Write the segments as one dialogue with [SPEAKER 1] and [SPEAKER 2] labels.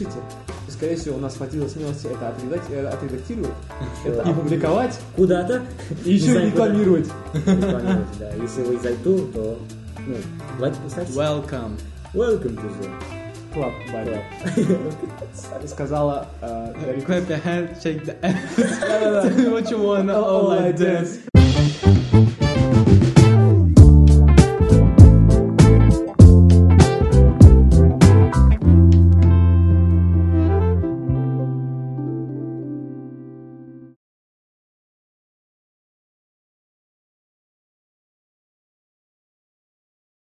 [SPEAKER 1] напишите. И, скорее всего, у нас хватило смелости это отредак- э, отредактировать, это опубликовать
[SPEAKER 2] а Куда-то.
[SPEAKER 1] и еще и
[SPEAKER 2] знаю, куда.
[SPEAKER 1] рекламировать.
[SPEAKER 2] Рекламировать, да. Если вы из iTunes, то, ну, давайте писать.
[SPEAKER 3] Welcome.
[SPEAKER 2] Welcome to the
[SPEAKER 1] Клаб, Барри.
[SPEAKER 2] club.
[SPEAKER 1] Сказала э, Дарья.
[SPEAKER 3] Clap your hand, shake the ass. Do what you wanna, all
[SPEAKER 1] All Oh, I
[SPEAKER 3] like
[SPEAKER 1] dance.
[SPEAKER 3] this.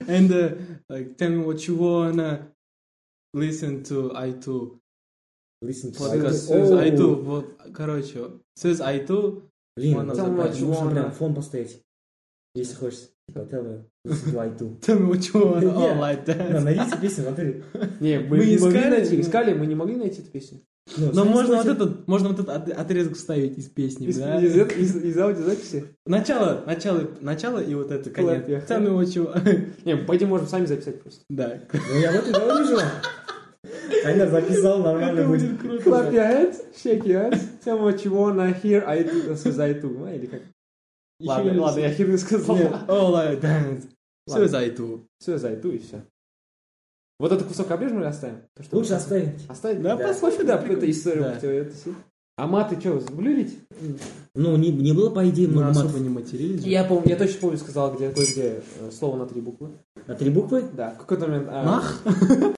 [SPEAKER 3] And uh, like, tell me what you wanna listen to. I too.
[SPEAKER 2] Listen to iTunes.
[SPEAKER 3] Podcast Says I
[SPEAKER 2] Оу.
[SPEAKER 3] too. Вот, короче, Says I too.
[SPEAKER 2] Блин,
[SPEAKER 3] Wanna
[SPEAKER 2] там
[SPEAKER 1] запать.
[SPEAKER 2] можно
[SPEAKER 1] Wanna.
[SPEAKER 2] прям фон поставить. Если хочешь. Типа, tell me, listen to I do.
[SPEAKER 3] Tell me what you wanna, all
[SPEAKER 2] Yeah.
[SPEAKER 3] like
[SPEAKER 2] Да,
[SPEAKER 3] that.
[SPEAKER 2] найдите песню, смотри.
[SPEAKER 1] Не, мы,
[SPEAKER 3] Мы
[SPEAKER 1] не могли
[SPEAKER 3] искали,
[SPEAKER 1] найти,
[SPEAKER 3] но-
[SPEAKER 1] искали, мы не могли найти эту песню.
[SPEAKER 2] Ну,
[SPEAKER 3] Но
[SPEAKER 2] знаете,
[SPEAKER 3] можно вот
[SPEAKER 2] смотри.
[SPEAKER 3] этот, можно вот этот от- отрезок вставить из песни,
[SPEAKER 1] Из,
[SPEAKER 3] да?
[SPEAKER 1] из, эт- из- из аудиозаписи?
[SPEAKER 3] Начало, начало, начало и вот это конец.
[SPEAKER 1] Clap your
[SPEAKER 3] Tell me what you want.
[SPEAKER 1] Не, пойди, можем сами записать просто.
[SPEAKER 3] Да.
[SPEAKER 2] Ну, я вот и говорю же. Айнер записал, нормально будет.
[SPEAKER 1] Clap your hands, shake your hands, tell me what you wanna hear, I do, this is I do, а, или как? Ладно, ладно, я херню сказал.
[SPEAKER 3] All I dance. Все
[SPEAKER 1] Ладно.
[SPEAKER 3] за эту.
[SPEAKER 1] Все, зайду и все. Вот этот кусок обрежем или оставим? То, что
[SPEAKER 2] Лучше
[SPEAKER 1] мы-
[SPEAKER 2] оставить.
[SPEAKER 1] оставить.
[SPEAKER 3] Да,
[SPEAKER 1] Да,
[SPEAKER 2] Да.
[SPEAKER 1] пофиг, да,
[SPEAKER 3] прикольно.
[SPEAKER 1] это история.
[SPEAKER 3] Да.
[SPEAKER 1] хотя это си- А маты что, заблюрить?
[SPEAKER 2] Ну, не, не было, по идее,
[SPEAKER 3] Мы
[SPEAKER 2] много
[SPEAKER 3] особо
[SPEAKER 2] матов.
[SPEAKER 3] не матерились. же.
[SPEAKER 1] Я помню, я точно помню, сказал, где, кое-где э, слово на три буквы.
[SPEAKER 2] На три буквы?
[SPEAKER 1] Да, в какой-то момент... а,
[SPEAKER 3] Мах?